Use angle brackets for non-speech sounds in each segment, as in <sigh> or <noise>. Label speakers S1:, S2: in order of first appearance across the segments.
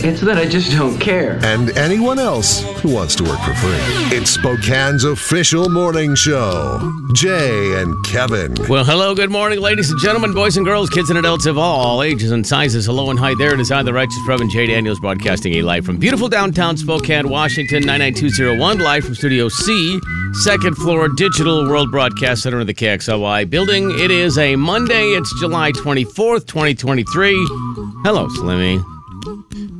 S1: It's that I just don't care.
S2: and anyone else who wants to work for free. It's Spokane's official morning show. Jay and Kevin.
S3: Well, hello, good morning, ladies and gentlemen, boys and girls, kids and adults of all ages and sizes. Hello and hi there. It is I, the Righteous Reverend Jay Daniels, broadcasting a live from beautiful downtown Spokane, Washington, 99201, live from Studio C, second floor, Digital World Broadcast Center of the KXLY building. It is a Monday. It's July 24th, 2023. Hello, Slimmy.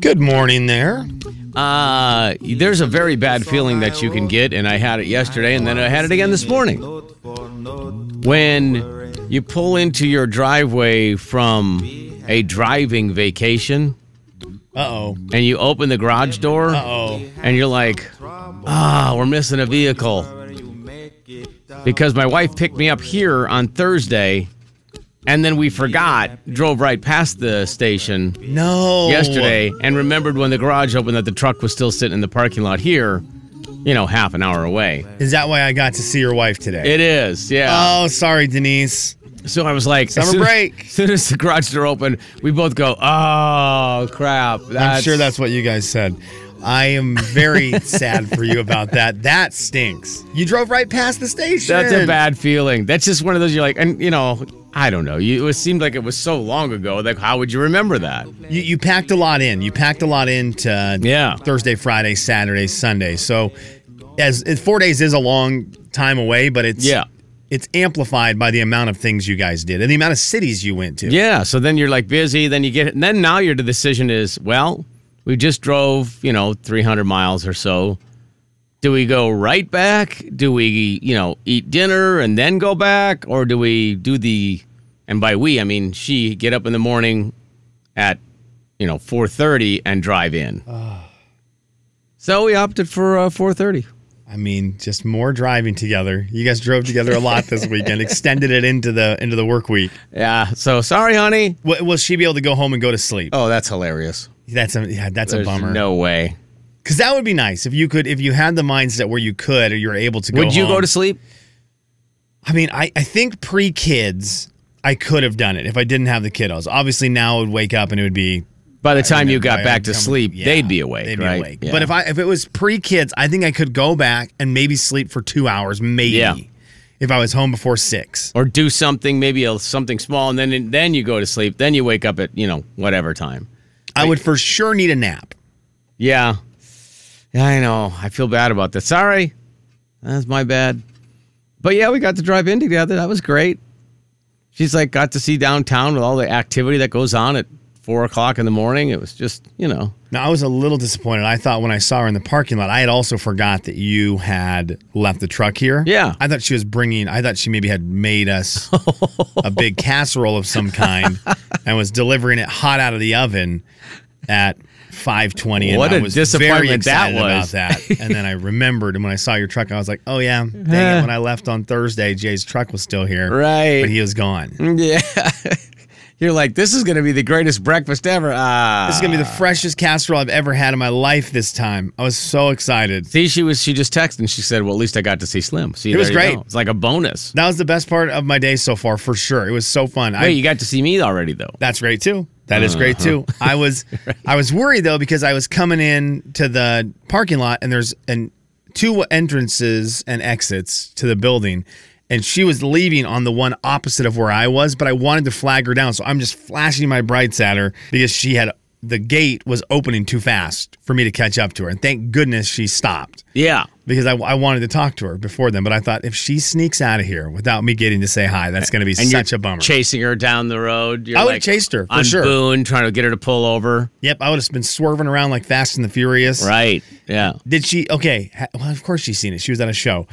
S4: Good morning there.
S3: Uh, there's a very bad feeling that you can get, and I had it yesterday, and then I had it again this morning. When you pull into your driveway from a driving vacation
S4: Uh oh.
S3: and you open the garage door,
S4: Oh.
S3: and you're like, ah, we're missing a vehicle. Because my wife picked me up here on Thursday, and then we forgot, drove right past the station
S4: No.
S3: yesterday and remembered when the garage opened that the truck was still sitting in the parking lot here, you know, half an hour away.
S4: Is that why I got to see your wife today?
S3: It is, yeah.
S4: oh, sorry, Denise.
S3: so I was like, as
S4: Summer
S3: soon-
S4: break.
S3: As soon as the garage door opened, we both go, oh, crap.
S4: I'm sure that's what you guys said. I am
S3: <laughs>
S4: very sad for you about that. That stinks. You drove right past the station.
S3: That's a bad feeling. That's just one of those you're like, and you know, I don't know. You, it seemed like it was so long ago. Like, how would you remember that?
S4: You, you packed a lot in. You packed a lot into
S3: Yeah.
S4: Thursday, Friday, Saturday, Sunday. So, as it, four days is a long time away, but it's
S3: Yeah.
S4: it's amplified by the amount of things you guys did and the amount of cities you went to.
S3: Yeah. So then you're like busy. Then you get, and then now your decision is, well, we just drove, you know, 300 miles or so. Do we go right back? Do we, you know, eat dinner and then go back? Or do we do the, and by we, I mean she get up in the morning at, you know, 4.30 and drive in.
S4: Ah.
S3: so we opted for uh, 4.30.
S4: I mean, just more driving together. You guys drove together a lot this weekend, extended it into the into the work week.
S3: Yeah. So sorry, honey.
S4: Will, will she be able to go home and go to sleep?
S3: Oh, that's hilarious.
S4: That's a yeah, that's
S3: There's
S4: a bummer.
S3: no way.
S4: because that would be nice if you could if you had the mindset where you could or you were able to go.
S3: Would you go
S4: home.
S3: to sleep?
S4: I mean, I I think pre kids I could have done it if I didn't have the kiddos. Obviously, now I would wake up and it would be.
S3: By the time
S4: I
S3: you
S4: mean,
S3: got
S4: by
S3: back to
S4: coming-
S3: sleep,
S4: yeah,
S3: they'd be awake,
S4: They'd
S3: right?
S4: be awake. But if I if it was pre kids, I think I could go back and maybe sleep for two hours, maybe.
S3: Yeah.
S4: If I was home before six.
S3: or do something, maybe a, something small, and then then you go to sleep. Then you wake up at you know whatever time.
S4: I would for sure need a nap.
S3: Yeah, yeah, I know. I feel bad about that. Sorry, that's my bad. But yeah, we got to drive in together. That was great. She's like got to see downtown with all the activity that goes on at four o'clock in the morning. It was just you know
S4: Now I was a little disappointed. I thought when I saw her in the parking lot, I had also forgot that you had left the truck here.
S3: Yeah.
S4: I thought she was bringing. I thought she maybe had
S3: <laughs>
S4: made us a big casserole of some kind and was delivering it hot out of the oven at 5:20. And
S3: What
S4: I
S3: a
S4: was
S3: disappointment
S4: very
S3: that
S4: excited
S3: was.
S4: about that. And
S3: <laughs>
S4: then I remembered, and when I saw your truck, I was like, "Oh yeah, dang
S3: Yeah.
S4: it!" When I left on Thursday, Jay's truck was still here,
S3: Right.
S4: But he was gone.
S3: <laughs> yeah. <laughs> You're like this is going to be the greatest breakfast ever. Ah,
S4: This is gonna be the freshest casserole I've ever had in my life. This time, I was so excited.
S3: See, she was. She just texted and she said, "Well, at least I got to see Slim." See,
S4: It was
S3: there you
S4: great.
S3: go. It's like a bonus.
S4: That was the best part of my day so far, for sure. It was so fun. I,
S3: Wait, you Uh-huh. got to see me already though.
S4: that's great too. That is great too. I was
S3: <laughs>
S4: I was worried though because I was coming in to the parking lot and there's an two entrances and exits to the building. And she was leaving on the one opposite of where I was, but I wanted to flag her down. So I'm just flashing my brights at her because she had the gate was opening too fast for me to catch up to her. And thank goodness she stopped
S3: Yeah.
S4: because I, I wanted to talk to her before then, but I thought if she sneaks out of here without me getting to say hi, that's going to be
S3: And
S4: such
S3: you're
S4: a bummer.
S3: Chasing her down the road. You're
S4: I would've
S3: like
S4: chased her, for
S3: on
S4: sure.
S3: Boone, trying to get her to pull over.
S4: yep, I would have been swerving around like Fast and the Furious.
S3: Right. Yeah.
S4: Did she? Okay. ha- Well, of course she's seen it. She was at a show.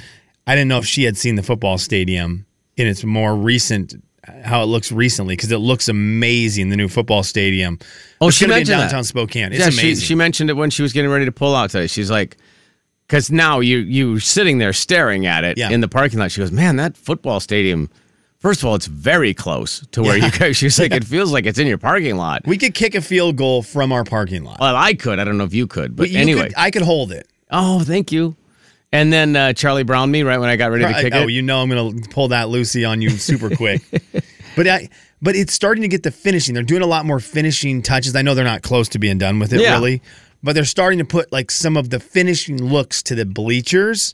S4: I didn't know if she had seen the football stadium in its more recent how it looks recently because it looks amazing. The new football stadium.
S3: Oh,
S4: It's
S3: she
S4: gonna be in
S3: mentioned that.
S4: downtown Spokane. It's
S3: yeah, she,
S4: amazing.
S3: she mentioned it when she was getting ready to pull out today. She's like, because now you you sitting there staring at it
S4: Yeah.
S3: in the parking lot. She goes, man, that football stadium. First of all, it's very close to where you go. <laughs> She's like, it feels like it's in your parking lot.
S4: we could kick a field goal from our parking lot.
S3: Well, I could. I don't know if you could, but
S4: You
S3: anyway.
S4: could- I could hold it.
S3: oh, thank you. And then uh, Charlie Brown me right when I got ready to
S4: Right.
S3: kick
S4: oh,
S3: it.
S4: you know I'm going to pull that Lucy on you super quick.
S3: <laughs>
S4: but I, but it's starting to get the finishing. They're doing a lot more finishing touches. I know they're not close to being done with it
S3: Yeah.
S4: really, but they're starting to put like some of the finishing looks to the bleachers.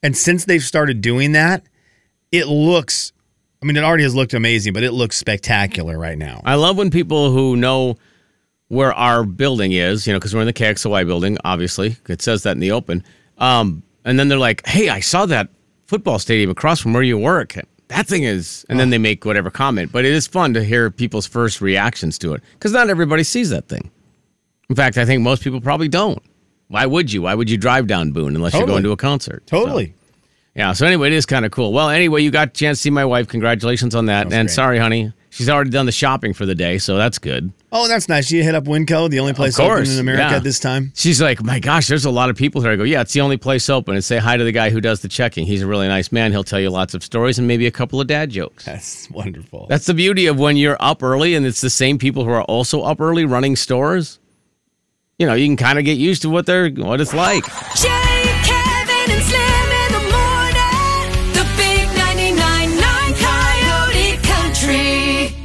S4: And since they've started doing that, it looks I mean it already has looked amazing, but it looks spectacular right now.
S3: I love when people who know where our building is, you know, because we're in the KXOY building, obviously. It says that in the open. Um, and then they're like, hey, I saw that football stadium across from where you work. That thing is. And then they make whatever comment. But it is fun to hear people's first reactions to it because not everybody sees that thing. In fact, I think most people probably don't. Why would you? Why would you drive down Boone unless you're
S4: Totally.
S3: going to a concert? So-
S4: Totally.
S3: yeah. So anyway, it is kind of cool. Well, anyway, you got a chance to see my wife. Congratulations on that. and
S4: great.
S3: sorry, honey, she's already done the shopping for the day, so that's good.
S4: Oh, that's nice. You hit up Winco, the only place open
S3: course,
S4: in America
S3: yeah.
S4: at this time.
S3: She's like, my gosh, there's a lot of people here. I go, yeah, it's the only place open. And say hi to the guy who does the checking. He's a really nice man. He'll tell you lots of stories and maybe a couple of dad jokes.
S4: That's wonderful.
S3: That's the beauty of when you're up early and it's the same people who are also up early running stores. You know, you can kind of get used to what they're what it's like.
S5: Jay, Kevin, and Slim in the morning. The big 99.9 Coyote Country.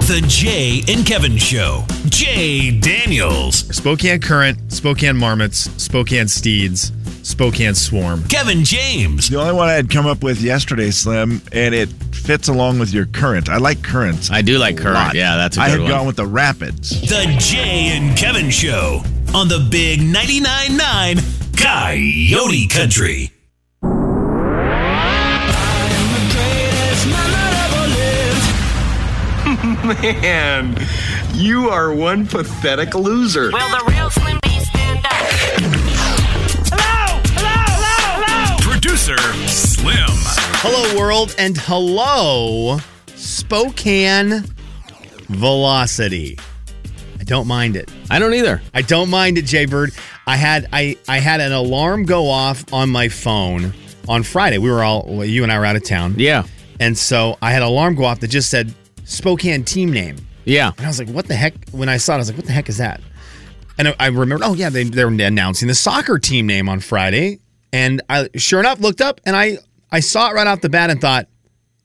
S6: The Jay and Kevin Show. Jay Daniels.
S4: Spokane Current, Spokane Marmots, Spokane Steeds, Spokane Swarm.
S6: Kevin James.
S7: The only one I had come up with yesterday, Slim, and it fits along with your current. I like currents.
S3: I do like
S7: a
S3: current.
S7: lot.
S3: Yeah, that's a
S7: I
S3: good
S7: had
S3: one.
S7: gone with the rapids.
S6: The Jay and Kevin Show on the Big 99.9 9 Coyote Country.
S8: Man, you are one pathetic loser.
S9: Will the real Slim B stand up? Hello! Hello! Hello! Hello!
S6: Producer Slim.
S4: Hello, world, and hello, Spokane Velocity. I don't mind it.
S3: I don't either.
S4: I don't mind it, Jay Bird. I had I I had an alarm go off on my phone on Friday. We were all well, you and I were out of town,
S3: Yeah.
S4: and so I had an alarm go off that just said Spokane team name.
S3: Yeah.
S4: And I was like, what the heck? When I saw it, I was like, what the heck is that? And I, I remembered, oh, yeah, they, they were announcing the soccer team name on Friday. And I, sure enough, looked up and I, I saw it right off the bat and thought,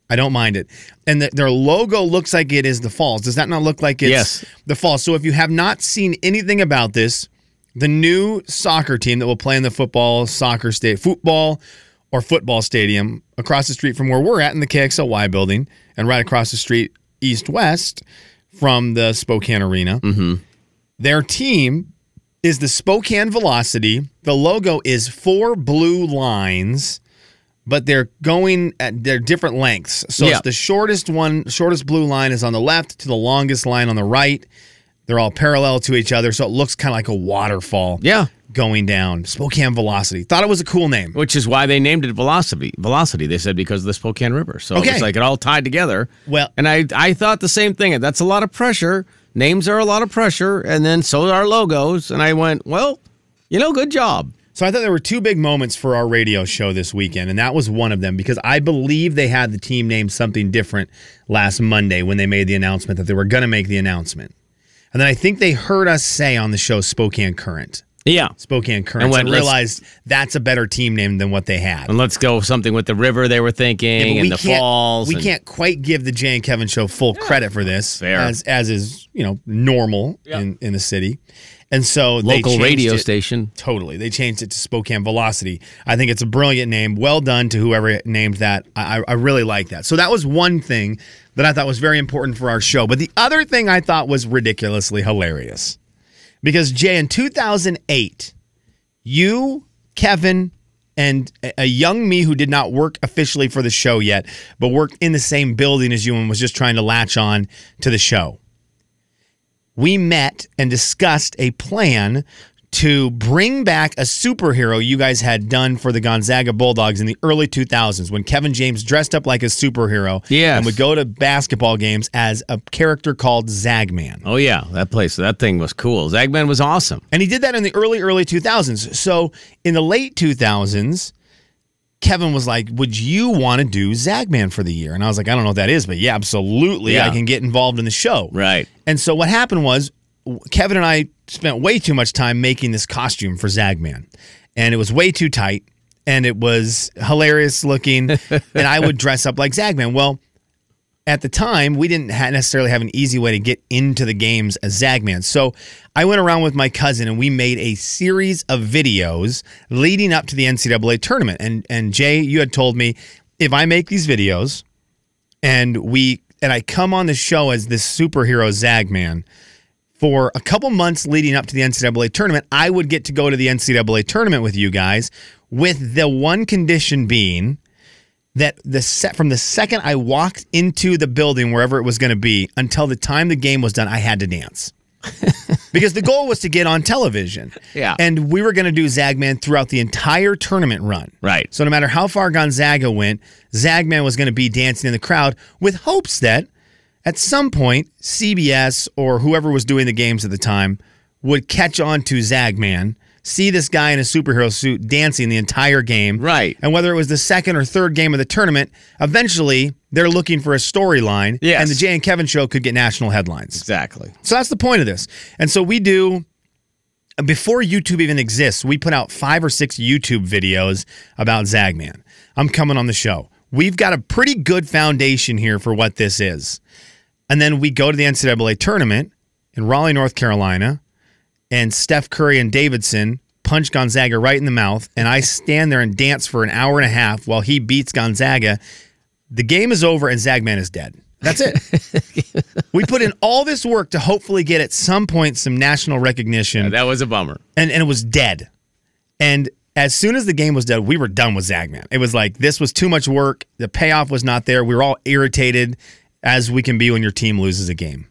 S4: I don't mind it. And the, their logo looks like it is the Falls. Does that not look like it's
S3: Yes.
S4: the Falls? So if you have not seen anything about this, the new soccer team that will play in the football, soccer state, football or football stadium across the street from where we're at in the KXLY building and right across the street east west from the Spokane Arena.
S3: Mm-hmm.
S4: Their team is the Spokane Velocity. The logo is four blue lines, but they're going at their different lengths. So
S3: Yeah.
S4: it's the shortest one, shortest blue line is on the left to the longest line on the right. They're all parallel to each other, so it looks kind of like a waterfall.
S3: Yeah.
S4: Going down. Spokane Velocity. Thought it was a cool name.
S3: Which is why they named it Velocity. Velocity, they said, because of the Spokane River. So
S4: Okay.
S3: it's like it all tied together.
S4: Well-
S3: and I I thought the same thing. That's a lot of pressure. Names are a lot of pressure, and then so are logos. And I went, well, you know, good job.
S4: So I thought there were two big moments for our radio show this weekend, and that was one of them because I believe they had the team name something different last Monday when they made the announcement that they were going to make the announcement. And then I think they heard us say on the show Spokane Current,
S3: Yeah.
S4: Spokane Current, and,
S3: went, "Let's-
S4: realized that's a better team name than what they had.
S3: And let's go with something with the river they were thinking
S4: Yeah, but
S3: and the falls.
S4: We
S3: and-
S4: can't quite give the Jay and Kevin show full credit for this,
S3: Fair.
S4: as as is you know normal in, in the city, and so they
S3: Local
S4: changed
S3: radio
S4: it.
S3: station.
S4: Totally, they changed it to Spokane Velocity. I think it's a brilliant name. Well done to whoever named that. I, I- I really like that. So that was one thing that I thought was very important for our show. But the other thing I thought was ridiculously hilarious, because Jay in 2008 you, Kevin, and a- a young me who did not work officially for the show yet, but worked in the same building as you and was just trying to latch on to the show. We met and discussed a plan to bring back a superhero you guys had done for the Gonzaga Bulldogs in the early 2000s when Kevin James dressed up like a superhero
S3: Yes.
S4: and would go to basketball games as a character called Zagman.
S3: Oh yeah, that place, that thing was cool. Zagman was awesome.
S4: And he did that in the early, early 2000s. So in the late 2000s, Kevin was like, Would you want to do Zagman for the year? And I was like, I don't know what that is, but yeah, absolutely.
S3: Yeah.
S4: I can get involved in the show.
S3: Right.
S4: And so what happened was w- Kevin and I spent way too much time making this costume for Zagman, and it was way too tight, and it was hilarious looking, and I would dress up like Zagman. Well, at the time, we didn't ha- necessarily have an easy way to get into the games as Zagman. So I went around with my cousin and we made a series of videos leading up to the NCAA tournament. And and Jay, you had told me if I make these videos, and we and I come on the show as this superhero Zagman. For a couple months leading up to the NCAA tournament, I would get to go to the NCAA tournament with you guys, with the one condition being that the set from the second I walked into the building wherever it was going to be until the time the game was done, I had to dance. because the goal was to get on television.
S3: Yeah.
S4: And we were going to do Zagman throughout the entire tournament run.
S3: Right.
S4: So no matter how far Gonzaga went, Zagman was going to be dancing in the crowd with hopes that at some point CBS or whoever was doing the games at the time would catch on to Zagman, see this guy in a superhero suit dancing the entire game.
S3: Right.
S4: And whether it was the second or third game of the tournament, eventually they're looking for a storyline
S3: Yes.
S4: and the Jay and Kevin show could get national headlines.
S3: Exactly.
S4: So that's the point of this. And so we do before YouTube even exists, we put out five or six YouTube videos about Zagman. I'm coming on the show. We've got a pretty good foundation here for what this is. And then we go to the NCAA tournament in Raleigh, North Carolina, and Steph Curry and Davidson punch Gonzaga right in the mouth. And I stand there and dance for an hour and a half while he beats Gonzaga. The game is over and Zagman is dead. That's it. we put in all this work to hopefully get at some point some national recognition
S3: That was a bummer.
S4: and and it was dead. And as soon as the game was dead, we were done with Zagman. It was like this was too much work. The payoff was not there. We were all irritated, as we can be when your team loses a game.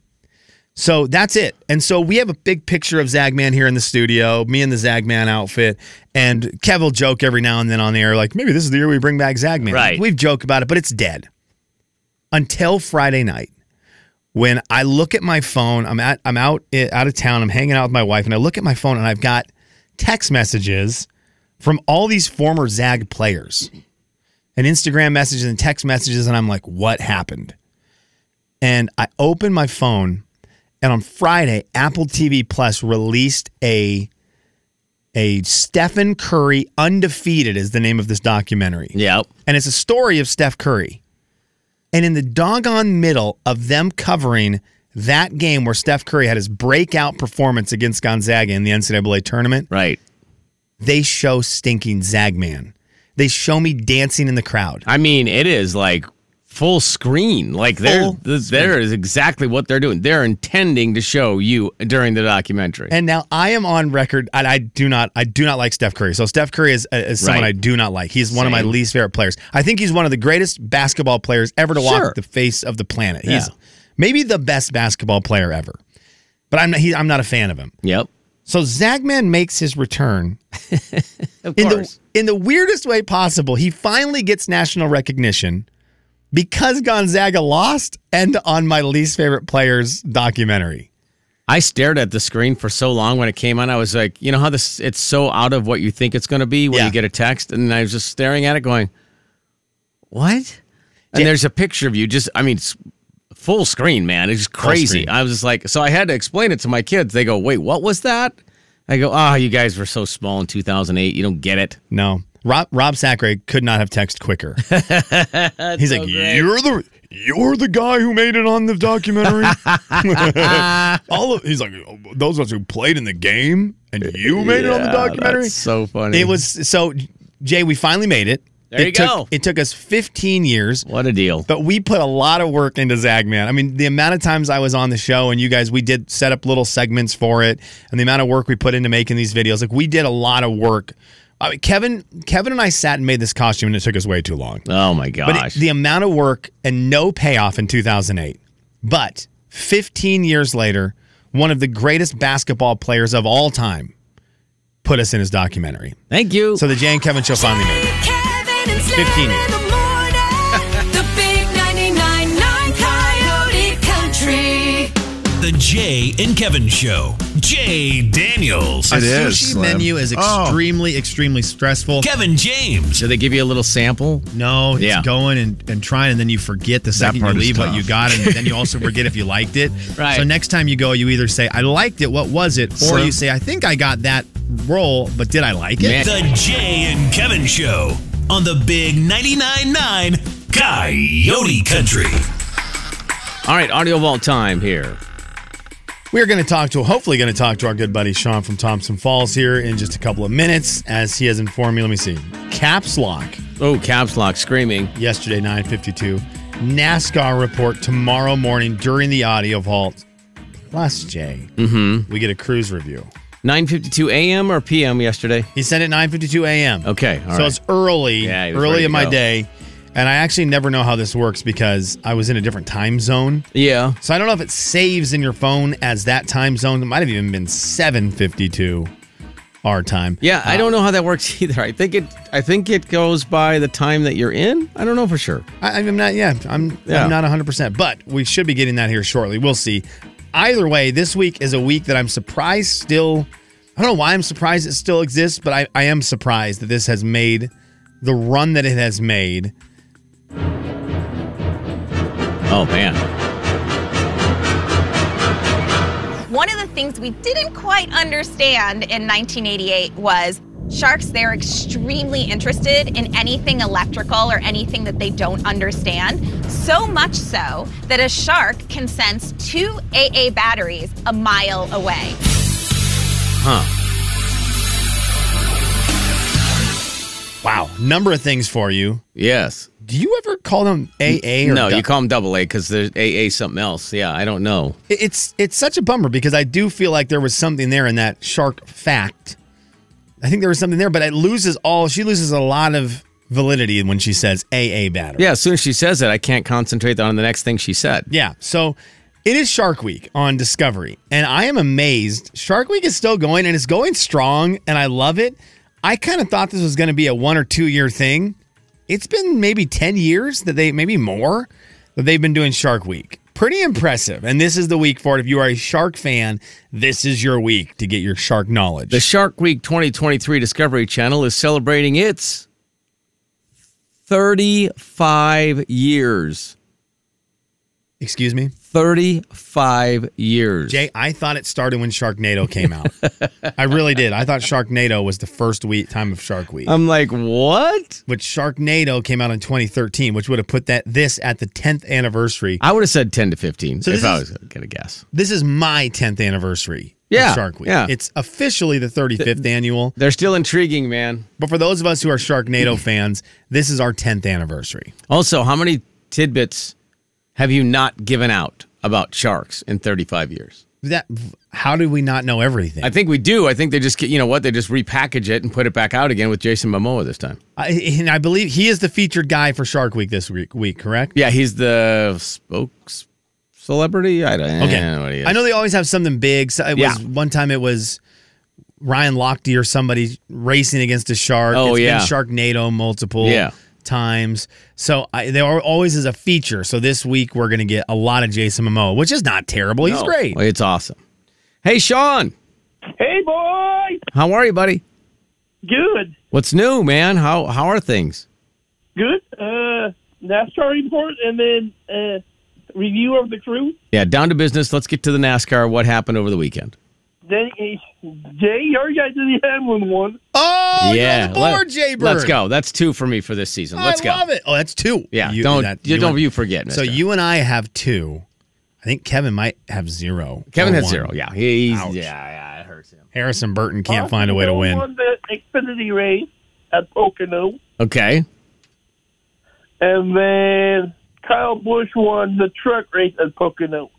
S4: So that's it. And so we have a big picture of Zagman here in the studio, me in the Zagman outfit. And Kev will joke every now and then on the air, like, maybe this is the year we bring back Zagman.
S3: Right.
S4: We've joked about it, but it's dead. Until Friday night, when I look at my phone, I'm at I'm out eh, out of town, I'm hanging out with my wife, and I look at my phone and I've got text messages from all these former Zag players. And Instagram messages and text messages, and I'm like, what happened? And I open my phone, and on Friday, Apple TV Plus released a a Stephen Curry Undefeated is the name of this documentary.
S3: Yep.
S4: And it's a story of Steph Curry. And in the doggone middle of them covering that game where Steph Curry had his breakout performance against Gonzaga in the NCAA tournament,
S3: Right.
S4: they show stinking Zagman. They show me dancing in the crowd.
S3: I mean, it is like full screen. Like there,
S4: Full
S3: th- there is exactly what they're doing. They're intending to show you during the documentary.
S4: And now I am on record. And I do not. I do not like Steph Curry. So Steph Curry is, uh, is someone
S3: Right.
S4: I do not like. He's one of my
S3: Same.
S4: least favorite players. I think he's one of the greatest basketball players ever to
S3: Sure.
S4: walk the face of the planet. He's
S3: Yeah.
S4: maybe the best basketball player ever. But I'm not. He, I'm not a fan of him.
S3: yep.
S4: So Zagman makes his return
S3: <laughs> Of
S4: in the
S3: course.
S4: in the weirdest way possible. He finally gets national recognition because Gonzaga lost and on my least favorite players documentary.
S3: I stared at the screen for so long when it came on. I was like, you know how this it's so out of what you think it's going to be when
S4: Yeah.
S3: you get a text, and I was just staring at it, going, "What?" And
S4: Yeah.
S3: there's a picture of you. Just, I mean, it's full screen, man. It's just crazy.
S4: screen.
S3: I was just like, so I had to explain it to my kids. They go, "Wait, what was that?" I go, "Ah, you guys were so small in 2008. You don't get it."
S4: No. Rob Rob Sacre could not have
S3: <laughs>
S4: texted quicker. He's like, You're the you're the guy who made it on
S3: <laughs>
S4: the documentary. All of, he's like, those of us who played in the game and you made it on the
S3: Yeah,
S4: documentary.
S3: That's so funny.
S4: It was so Jay, we finally made it.
S3: There
S4: it
S3: you
S4: took,
S3: go.
S4: It took us 15 years.
S3: what a deal.
S4: But we put a lot of work into Zagman. I mean, the amount of times I was on the show and you guys, we did set up little segments for it, and the amount of work we put into making these videos, like we did a lot of work. I mean, Kevin, Kevin and I sat and made this costume, and it took us way too long.
S3: Oh my
S4: But it-
S3: gosh.
S4: the amount of work and no payoff in 2008. But 15 years later, one of the greatest basketball players of all time put us in his documentary.
S3: Thank you.
S4: So the Jay and Kevin show finally made it.
S5: Kevin and Slim
S4: 15
S5: in
S4: years.
S5: the morning. the big 99.9 Coyote Country.
S6: The Jay and Kevin Show. Jay Daniels.
S10: A sushi menu is
S3: Oh.
S10: extremely, extremely stressful.
S6: Kevin James.
S3: Do they give you a little sample?
S10: No, it's
S3: Yeah.
S10: going and, and trying, and then you forget the second you
S3: part is
S10: leave what
S3: tough.
S10: you got, and then you also forget if you liked
S3: <laughs>
S10: it. Right. So next time you go, you either say, I liked it, what was it? Or
S6: So-
S10: you say, I think I got that role, but did I like it?
S6: The Jay and Kevin Show on the Big 99.9 9 Coyote Country.
S3: All right, audio vault time here.
S4: We're going to talk to, hopefully, going to talk to our good buddy Sean from Thompson Falls here in just a couple of minutes, as he has informed me. Let me see. Caps lock
S3: Oh, caps lock screaming.
S4: yesterday, 9:52. NASCAR report tomorrow morning during the audio vault. Plus, Jay,
S3: Mm-hmm.
S4: we get a cruise review.
S3: 9:52 a.m. or p.m. yesterday.
S4: He sent it 9:52 a.m.
S3: Okay, all
S4: so
S3: right.
S4: it's early,
S3: he was ready
S4: early
S3: to
S4: in my
S3: go.
S4: day, and I actually never know how this works because I was in a different time zone.
S3: Yeah.
S4: So I don't know if it saves in your phone as that time zone. It might have even been 7:52 our time.
S3: Yeah, I don't know how that works <laughs> either. I think it. I think it goes by the time that you're in. I don't know for sure.
S4: I, I'm not. Yeah, I'm.
S3: Yeah.
S4: I'm not 100, percent but we should be getting that here shortly. We'll see. Either way, this week is a week that I'm surprised still. I don't know why I'm surprised it still exists, but I, I am surprised that this has made the run that it has made.
S3: Oh man.
S11: One of the things we didn't quite understand in 1988 was sharks, they're extremely interested in anything electrical or anything that they don't understand. So much so that a shark can sense two AA batteries a mile away.
S3: Huh.
S4: Wow, number of things for you.
S3: Yes.
S4: Do you ever call them AA? Or
S3: no, you
S4: du-
S3: call them double A because there's AA something else. Yeah, I don't know.
S4: It- It's it's such a bummer because I do feel like there was something there in that shark fact. I think there was something there, but it loses all. She loses a lot of validity when she says AA battery.
S3: Yeah, as soon as she says it, I can't concentrate on the next thing she said.
S4: Yeah. So it is Shark Week on Discovery, and I am amazed. Shark Week is still going and it's going strong, and I love it. I kind of thought this was going to be a one or two year thing. It's been maybe 10 years that they, maybe more, that they've been doing Shark Week. Pretty impressive. And this is the week for it. If you are a shark fan, this is your week to get your shark knowledge.
S3: The Shark Week 2023 Discovery Channel is celebrating its 35 years.
S4: Excuse me?
S3: 35 years.
S4: Jay, I thought it started when Sharknado came out. I really did. I thought Sharknado was the first week, time of Shark Week.
S3: I'm like, what?
S4: Which Sharknado came out in 2013, which would have put that this at the 10th anniversary.
S3: I would have said 10 to 15
S4: So
S3: if
S4: this
S3: I
S4: is-
S3: was going to guess.
S4: This is my 10th anniversary. of
S3: Yeah,
S4: Shark Week.
S3: yeah.
S4: It's officially the 35th annual.
S3: They're still intriguing, man.
S4: But for those of us who are
S3: <clears throat>
S4: Sharknado fans, this is our 10th anniversary.
S3: Also, how many tidbits have you not given out about sharks in 35 years?
S4: That how do we not know everything?
S3: I think we do. I think they just, get- you know what? They just repackage it and put it back out again with Jason Momoa this time.
S4: I, and I believe he is the featured guy for Shark Week this week, week correct?
S3: Yeah, he's the spokes celebrity. I don't,
S4: Okay.
S3: I don't know what he is.
S4: I know they always have something big. So it
S3: Yeah.
S4: was one time it was Ryan Lochte or somebody racing against a shark.
S3: Oh,
S4: It's
S3: yeah.
S4: been Sharknado multiple
S3: Yeah.
S4: times. So I, there are always is a feature. So this week we're going to get a lot of Jason Momoa, which is not terrible. He's
S3: No.
S4: great.
S3: Well, Oh, it's awesome. Hey, Sean.
S12: Hey, boy.
S3: How are you, buddy?
S12: Good.
S3: What's new, man? How how are things?
S12: Good. Uh, NASCAR report and then uh, review of the crew.
S3: Yeah, down to business. Let's get to the NASCAR. What happened over the weekend?
S12: Then uh, Jay, your guy did the Hamlin one.
S4: Oh,
S3: yeah,
S4: board, Jay Bird.
S3: let's go. That's two for me for this season. Let's
S4: I
S3: go.
S4: love it. Oh, that's two.
S3: Yeah, don't- you don't-
S4: and-
S3: you forget,
S4: So
S3: mister.
S4: you and I have two. I think Kevin might have zero.
S3: Kevin
S4: or
S3: had
S4: one.
S3: zero. Yeah, he's
S4: Ouch.
S3: yeah, yeah, it hurts him.
S4: Harrison Burton can't find a way to
S12: Who
S4: win.
S12: Won the Xfinity race at Pocono,
S3: Okay,
S12: and then Kyle Busch won the truck race at Pocono.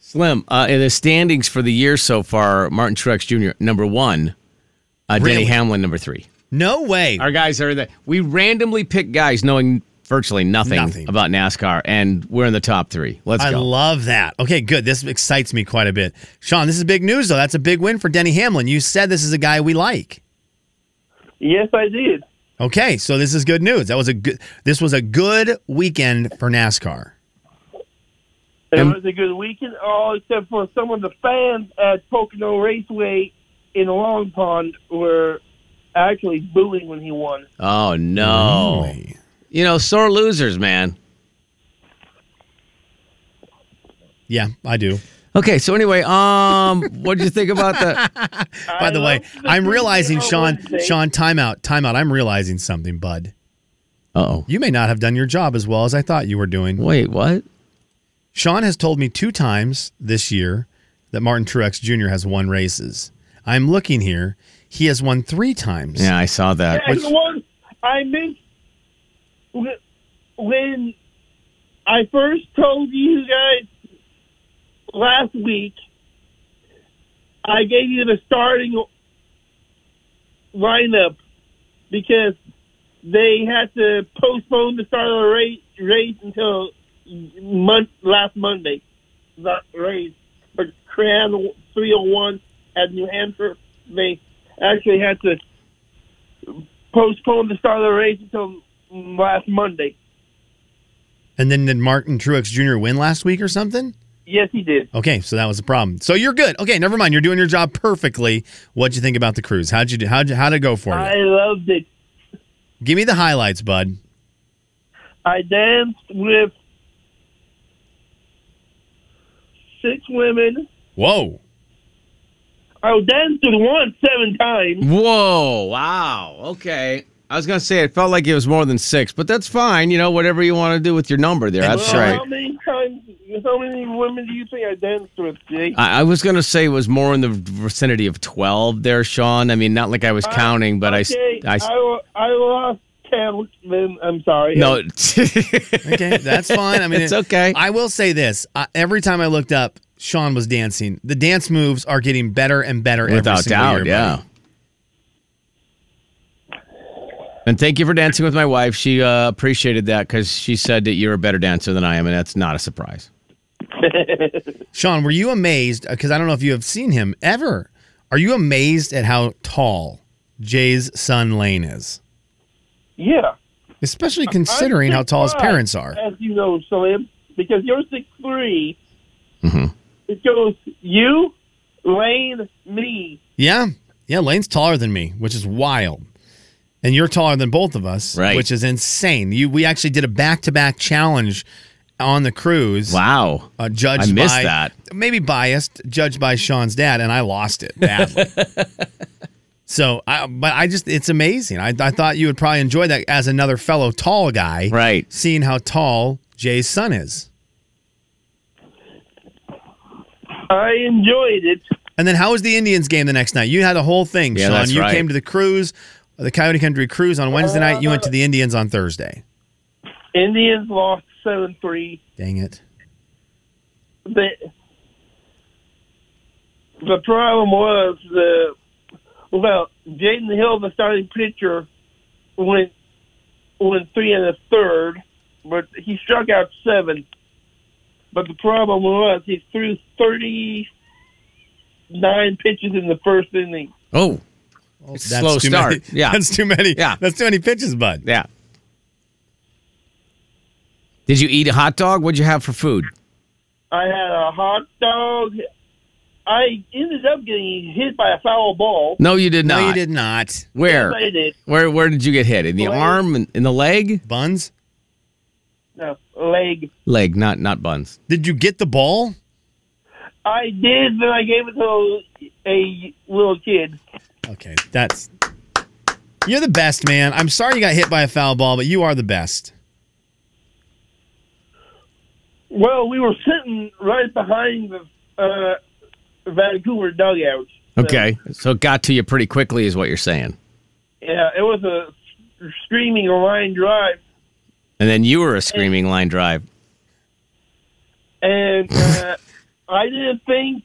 S3: Slim. Uh, in the standings for the year so far, Martin Truex Jr. number one, uh,
S4: Really?
S3: Denny Hamlin number three.
S4: No way.
S3: Our guys are that we randomly pick guys knowing virtually nothing,
S4: Nothing.
S3: about NASCAR, and we're in the top three. Let's
S4: I
S3: go.
S4: love that. Okay, good. This excites me quite a bit. Sean, this is big news, though. That's a big win for Denny Hamlin. You said this is a guy we like.
S12: Yes, I did.
S4: Okay, so this is good news. That was a good. This was a good weekend for NASCAR.
S12: It
S4: And-
S12: was a good weekend, all except for some of the fans at Pocono Raceway in Long Pond were actually booing when he won.
S3: oh no! You know, sore losers, man.
S4: Yeah, I do.
S3: Okay, so anyway, um, <laughs> what'd you think about the?
S4: By the way, I'm realizing, Sean,
S3: Wednesday.
S4: Sean, timeout, timeout. I'm realizing something, bud.
S3: Oh,
S4: you may not have done your job as well as I thought you were doing.
S3: Wait, what?
S4: Sean has told me two times this year that Martin Truex Jr. has won races. I'm looking here; he has won three times.
S3: Yeah, I saw that.
S12: And the one I missed wh- when I first told you guys last week, I gave you the starting lineup because they had to postpone the start of the race, race until month, last Monday, the race for Cran 301 at New Hampshire. They actually had to postponed the start of the race until last Monday.
S4: And then did Martin Truex Jr. win last week or something?
S12: Yes, he did.
S4: Okay, so that was the problem. So you're good. Okay, never mind. You're doing your job perfectly. What'd you think about the cruise? How'd you do? How'd, you, how'd it go
S3: Oh,
S4: for you?
S12: I loved it.
S4: Give me the highlights, bud.
S12: I danced with six women.
S4: Whoa.
S12: I danced with one seven times.
S3: Whoa! Wow. Okay. I was gonna say it felt like it was more than six, but that's fine. You know, whatever you want to do with your number there, that's
S12: Well,
S3: right.
S12: How many times? How many women do you think I danced with, Jake?
S3: I, I was gonna say it was more in the vicinity of twelve there, Sean. I mean, not like I was counting, but I s-
S12: Uh, okay,
S3: I,
S12: I,
S3: s-
S12: lo- I lost count. Then I'm sorry.
S3: no. <laughs>
S4: Okay, that's fine. I mean,
S3: It's okay.
S4: I will say this: I, every time I looked up, Sean was dancing. The dance moves are getting better and better
S3: Without
S4: every single
S3: doubt,
S4: year,
S3: yeah.
S4: buddy.
S3: And thank you for dancing with my wife. She uh, appreciated that because she said that you're a better dancer than I am, and that's not a surprise.
S4: Sean, were you amazed? Because I don't know if you have seen him ever. Are you amazed at how tall Jay's son Lane is?
S12: Yeah.
S4: Especially considering how tall his parents are.
S12: As you know, Slim, because you're six
S4: Mm-hmm.
S12: It goes you, Lane, me.
S4: Yeah. Yeah, Lane's taller than me, which is wild. And you're taller than both of us,
S3: Right.
S4: which is insane. You we actually did a back-to-back challenge on the cruise.
S3: Wow.
S4: Uh, judged
S3: I missed
S4: by-
S3: that.
S4: Maybe biased, judged by Sean's dad and I lost it
S3: <laughs>
S4: badly. so, I but I just it's amazing. I I thought you would probably enjoy that as another fellow tall guy.
S3: Right.
S4: Seeing how tall Jay's son is.
S12: I enjoyed it.
S4: And then how was the Indians game the next night? You had the whole thing,
S3: Yeah,
S4: Sean.
S3: that's
S4: you
S3: right.
S4: came to the cruise, uh, the Coyote Country cruise on Wednesday night. You went to the Indians on Thursday.
S12: Indians lost seven three.
S4: Dang it.
S12: The the problem was the well, Jaden Hill, the starting pitcher, went went three and a third, but he struck out seven. But the problem was he threw thirty nine pitches in the first inning.
S3: Oh,
S4: It's
S3: slow start.
S4: Many,
S3: Yeah.
S4: That's too many. Yeah. That's too many pitches, bud.
S3: Yeah. Did you eat a hot dog? What'd you have for food?
S12: I had a hot dog. I ended up getting hit by a foul ball.
S3: No, you did
S12: No,
S3: not.
S12: you
S4: did not.
S3: Where?
S12: Yes, I did.
S3: Where? Where did you get hit? In the arm? In, in the leg?
S4: Buns?
S12: No, uh, leg.
S3: Leg, not not buns.
S4: Did you get the ball?
S12: I did, but I gave it to a little kid.
S4: Okay, that's. You're the best, man. I'm sorry you got hit by a foul ball, but you are the best.
S12: Well, we were sitting right behind the uh, Vancouver dugout.
S3: Okay. So it got to you pretty quickly, is what you're saying.
S12: Yeah, it was a screaming line drive,
S3: And then you were a screaming line drive.
S12: and uh, I didn't think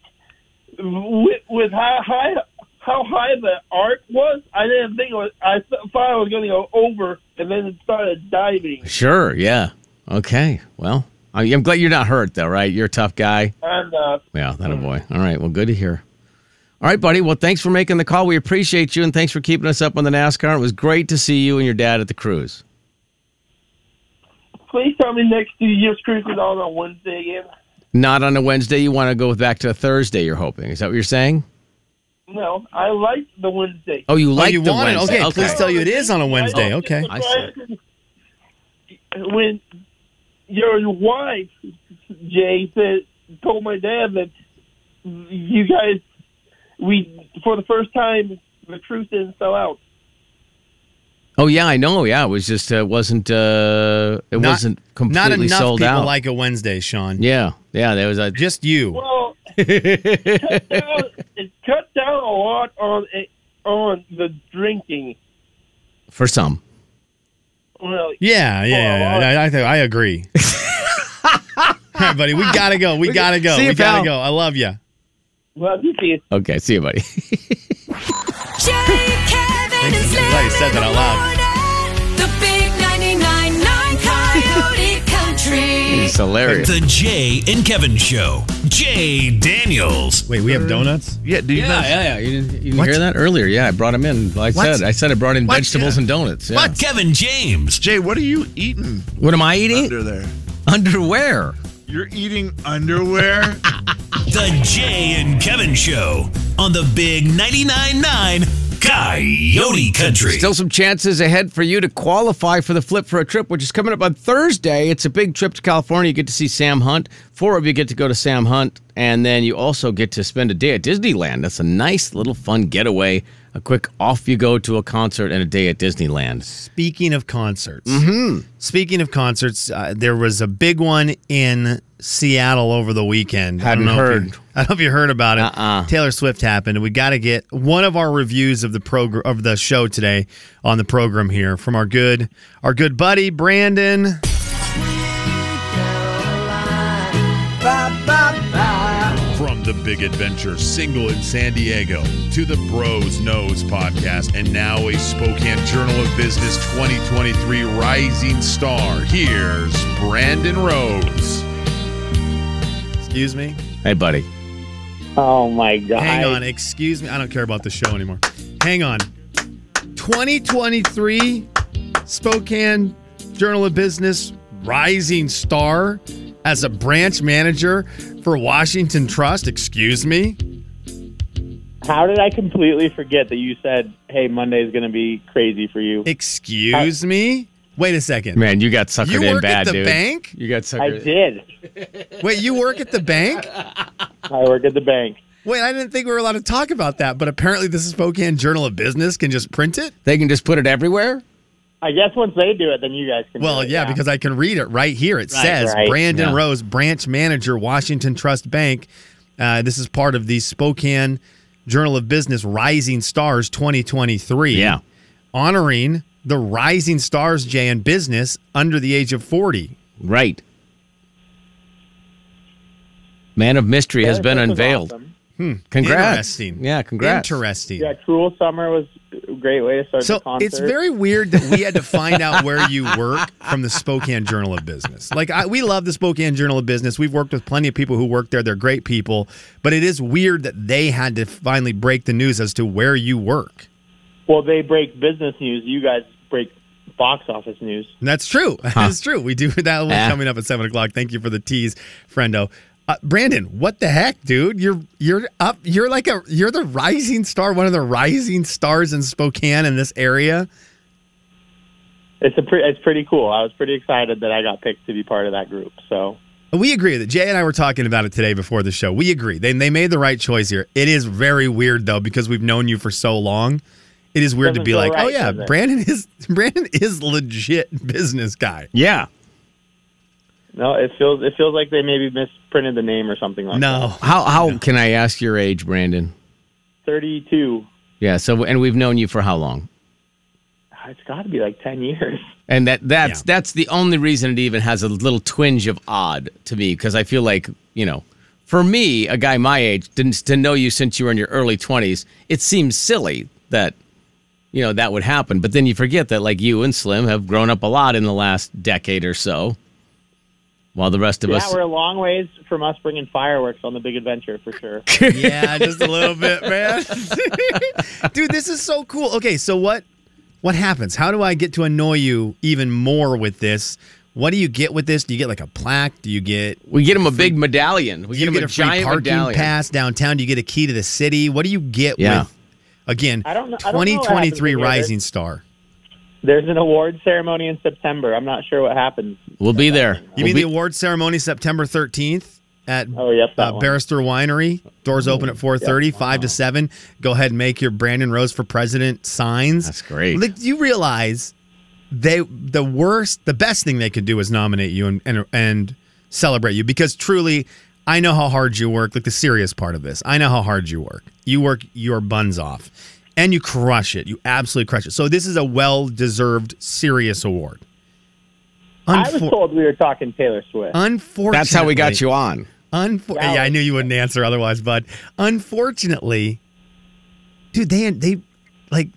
S12: with, with how high how high the arc was, I didn't think it was. I th- thought I was going to go over, and then it started diving.
S3: Sure. Yeah. Okay. Well, I- I'm glad you're not hurt though, right? You're a tough guy.
S12: And uh,
S3: Yeah, that a boy. All right. Well, good to hear. All right, buddy. Well, thanks for making the call. We appreciate you, and thanks for keeping us up on the NASCAR. It was great to see you and your dad at the cruise.
S12: please tell me next two years cruising on on Wednesday again.
S3: Not on a Wednesday. You want to go back to a Thursday? You're hoping. Is that what you're saying?
S12: No, I like the Wednesday.
S3: Oh, you like
S4: you
S3: the
S4: want it.
S3: Wednesday.
S4: Okay, please tell you it is on a Wednesday.
S12: Oh,
S4: Okay.
S3: I see.
S12: when your wife Jay said told my dad that you guys we for the first time the truth didn't sell out.
S3: Oh yeah, I know. Yeah, it was just uh, wasn't uh, it
S4: Not-
S3: wasn't
S4: Not
S3: completely
S4: enough
S3: sold
S4: people
S3: out.
S4: like a Wednesday, Sean.
S3: yeah, yeah, there was a
S4: Just you.
S12: Well, it cut down, it cut down a lot on it, on the drinking.
S3: for some.
S12: Well,
S4: Yeah, yeah, yeah, yeah. I, I, think-
S3: <laughs>
S4: I agree. All right, buddy, we gotta go. We gotta go.
S3: See you,
S4: we gotta
S3: pal.
S4: go. I love you.
S12: well, you see,
S3: Okay, see you, buddy. <laughs>
S5: Jay, Kevin, and Slim.
S4: Glad you said that out loud.
S5: The big 99.9 Coyote Country.
S3: It's hilarious.
S6: The Jay and Kevin Show. Jay Daniels.
S4: Wait, we have donuts?
S7: Yeah, do you
S3: <laughs> yeah,
S7: know-
S3: yeah, yeah. You didn't, you didn't
S7: What?
S3: hear that earlier? Yeah, I brought him in. Like I
S7: What?
S3: said, I said I brought in
S7: What?
S3: vegetables
S7: Yeah.
S3: and donuts. Yeah.
S6: But Kevin James.
S7: Jay, what are you eating
S3: What am I eating?
S7: under there?
S3: Underwear.
S7: You're eating underwear?
S6: The Jay and Kevin Show on the Big 99.9 Coyote Country.
S3: Still some chances ahead for you to qualify for the Flip for a Trip, which is coming up on Thursday. It's a big trip to California. You get to see Sam Hunt. Four of you get to go to Sam Hunt, and then you also get to spend a day at Disneyland. That's a nice little fun getaway. A quick off you go to a concert and a day at Disneyland.
S4: Speaking of concerts,
S3: Mm-hmm.
S4: speaking of concerts, uh, there was a big one in Seattle over the weekend.
S3: Hadn't
S4: I don't know if you-
S3: heard.
S4: <laughs> I don't know if you heard about it.
S3: Uh-uh.
S4: Taylor Swift happened. We got to get one of our reviews of the program of the show today on the program here from our good our good buddy Brandon.
S13: From the Big Adventure Single in San Diego to the Bros Knows podcast, and now a Spokane Journal of Business 2023 Rising Star, here's Brandon Rhodes.
S4: Excuse me.
S3: Hey, buddy.
S14: Oh my god!
S4: Hang on, excuse me. I don't care about the show anymore. Hang on. 2023 Spokane Journal of Business Rising Star as a branch manager for Washington Trust. Excuse me.
S14: How did I completely forget that you said, "Hey, Monday is going to be crazy for you"?
S4: Excuse me. Wait a second.
S3: Man, you got suckered
S4: You
S3: in
S4: work at
S3: bad,
S4: the
S3: dude.
S4: bank?
S3: You got suckered
S14: I
S3: in.
S14: did.
S4: Wait, you work at the bank?
S14: I work at the bank.
S4: Wait, I didn't think we were allowed to talk about that, but apparently this Spokane Journal of Business can just print it?
S3: They can just put it everywhere?
S14: I guess once they do it, then you guys can. do
S4: Well,
S14: it,
S4: yeah, because I can read it right here. It
S14: Right,
S4: says
S14: right.
S4: Brandon
S3: Yeah.
S4: Rose, branch manager, Washington Trust Bank. Uh, this is part of the Spokane Journal of Business Rising Stars 2023.
S3: Yeah.
S4: Honoring the rising stars, Jay, in business under the age of 40.
S3: Right. Man of Mystery has
S14: This
S3: been
S14: was
S3: unveiled.
S14: awesome.
S3: Congrats.
S4: Interesting.
S3: Yeah, congrats.
S4: Interesting.
S14: Yeah, Cruel Summer was a great way to start
S4: So
S14: the concert.
S4: it's very weird that we had to find out where you work from the Spokane Journal of Business. Like I, we love the Spokane Journal of Business. We've worked with plenty of people who work there. They're great people, but it is weird that they had to finally break the news as to where you work.
S14: well. They break business news. You guys break box office news.
S4: And that's true. <laughs>
S3: Huh.
S4: That's true. We do that will be
S3: Ah.
S4: coming up at seven o'clock. Thank you for the tease, friendo. Uh, Brandon, what the heck, dude? You're you're up. You're like a you're the rising star, one of the rising stars in Spokane in this area.
S14: It's a pre- it's pretty cool. I was pretty excited that I got picked to be part of that group. So
S4: We agree that Jay and I were talking about it today before the show. We agree. They, they made the right choice here. It is very weird though because we've known you for so long. It is weird to
S14: Doesn't
S4: be
S14: feel
S4: like,
S14: right,
S4: "Oh yeah,
S14: does it?"
S4: Brandon is <laughs> Brandon is legit business guy."
S3: Yeah.
S14: no, it feels it feels like they maybe misprinted the name or something like that.
S4: No. <laughs>
S3: How how can I ask your age, Brandon?
S14: Thirty two.
S3: Yeah, so and we've known you for how long?
S14: It's got to be like ten
S4: <laughs>
S14: years.
S3: And that that's
S4: Yeah.
S3: that's the only reason it even has a little twinge of odd to me because I feel like, you know, for me, a guy my age, didn't to know you since you were in your early twenties, it seems silly that you know that would happen. But then you forget that like you and Slim have grown up a lot in the last decade or so, while the rest of
S14: yeah,
S3: us
S14: we're a long ways from us bringing fireworks on the big adventure for sure.
S10: yeah, just a little bit, man.
S4: <laughs> Dude, this is so cool. Okay, so what what happens? How do I get to annoy you even more with this? What do you get with this? Do you get like a plaque? Do you get
S3: we get him a big medallion? We
S4: you
S3: get him
S4: get
S3: a,
S4: a free
S3: giant
S4: parking
S3: medallion.
S4: pass downtown? Do you get a key to the city? What do you get
S3: Yeah.
S4: with again?
S14: I don't know. I don't know what happens
S4: 2023
S14: when you're-
S4: rising star.
S14: There's an award ceremony in September. I'm not sure what happens.
S3: We'll be there.
S4: You mean the award ceremony September 13th at
S14: Oh, yep, that
S4: uh,
S14: one.
S4: Barrister Winery? Doors open at 4:30, 5 to 7. Go ahead and make your Brandon Rose for President signs.
S3: That's great.
S4: Like, you realize they the worst, the best thing they could do is nominate you and and, and celebrate you because truly I know how hard you work, like the serious part of this. I know how hard you work. You work your buns off and you crush it. You absolutely crush it. So this is a well-deserved serious award.
S14: I was told we were talking Taylor Swift.
S4: Unfortunately,
S3: That's how we got you on.
S4: Unfor- yeah, I knew you wouldn't answer otherwise, bud. Unfortunately, dude, they they like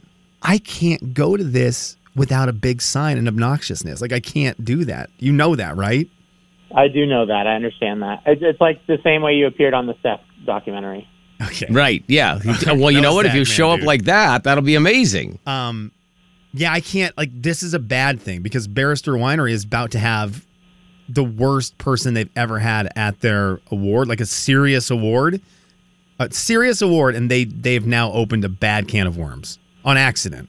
S4: I can't go to this without a big sign and obnoxiousness. Like I can't do that. You know that, right?
S14: I do know that. I understand that. It's, it's like the same way you appeared on the Seth documentary.
S3: Right? Yeah.
S4: <laughs>
S3: Well, you
S4: That
S3: know
S4: was
S3: what? If
S4: that
S3: you
S4: man,
S3: show up
S4: dude.
S3: like that, that'll be amazing.
S4: Um, yeah, I can't. Like this is a bad thing because Barrister Winery is about to have the worst person they've ever had at their award, like a serious award, a serious award, and they they've now opened a bad can of worms on accident.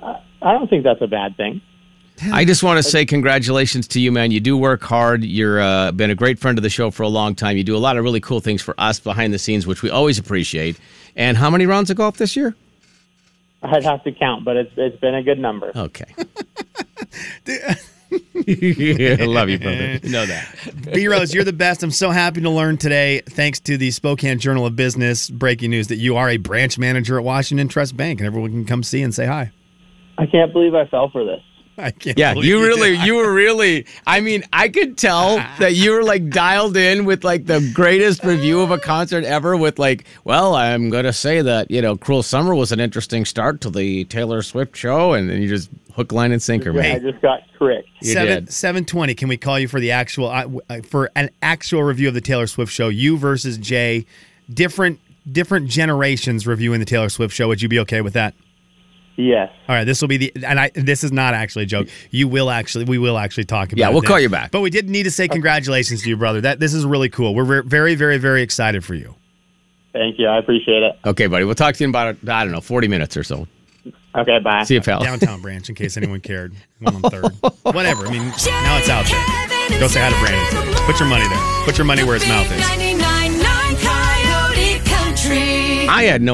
S14: I don't think that's a bad thing.
S3: I just want to say congratulations to you, man. You do work hard. You're uh, been a great friend of the show for a long time. You do a lot of really cool things for us behind the scenes, which we always appreciate. And how many rounds of golf this year?
S14: I'd have to count, but it's it's been a good number.
S4: Oh.
S3: Okay. <laughs> I love you, brother. You know that.
S4: B Rose, you're the best. I'm so happy to learn today, thanks to the Spokane Journal of Business breaking news, that you are a branch manager at Washington Trust Bank, and everyone can come see and say hi.
S14: I can't believe I fell for this.
S4: I can't.
S3: Yeah,
S4: believe
S3: you really,
S4: did.
S3: you were really. I mean, I could tell that you were like dialed in with like the greatest review of a concert ever. With like, well, I'm gonna say that you know, "Cruel Summer" was an interesting start to the Taylor Swift show, and then you just hook, line, and sinker,
S14: Yeah, I
S3: mate.
S14: just got tricked.
S3: You
S4: Seven
S3: did.
S4: seven twenty. Can we call you for the actual I- w- uh, for an actual review of the Taylor Swift show? You versus Jay, different different generations reviewing the Taylor Swift show. Would you be okay with that?
S14: Yes.
S4: All right, this will be the and I this is not actually a joke. You will actually we will actually talk about
S3: Yeah,
S4: it
S3: we'll
S4: then.
S3: call you back.
S4: But we did need to say congratulations to you, brother. That this is really cool. We're ver- very very very excited for you.
S14: Thank you. I appreciate it.
S3: Okay, buddy. We'll talk to you in about I don't know, forty minutes or so.
S14: Okay, bye.
S3: See you, pal.
S4: Downtown branch in case anyone cared. One on
S3: <laughs>
S4: third. Whatever. I mean, now it's out there. Go say hi to Brandon. today. Put your money there. Put your money where his mouth is.
S5: 99.9 Coyote Country.
S3: I had no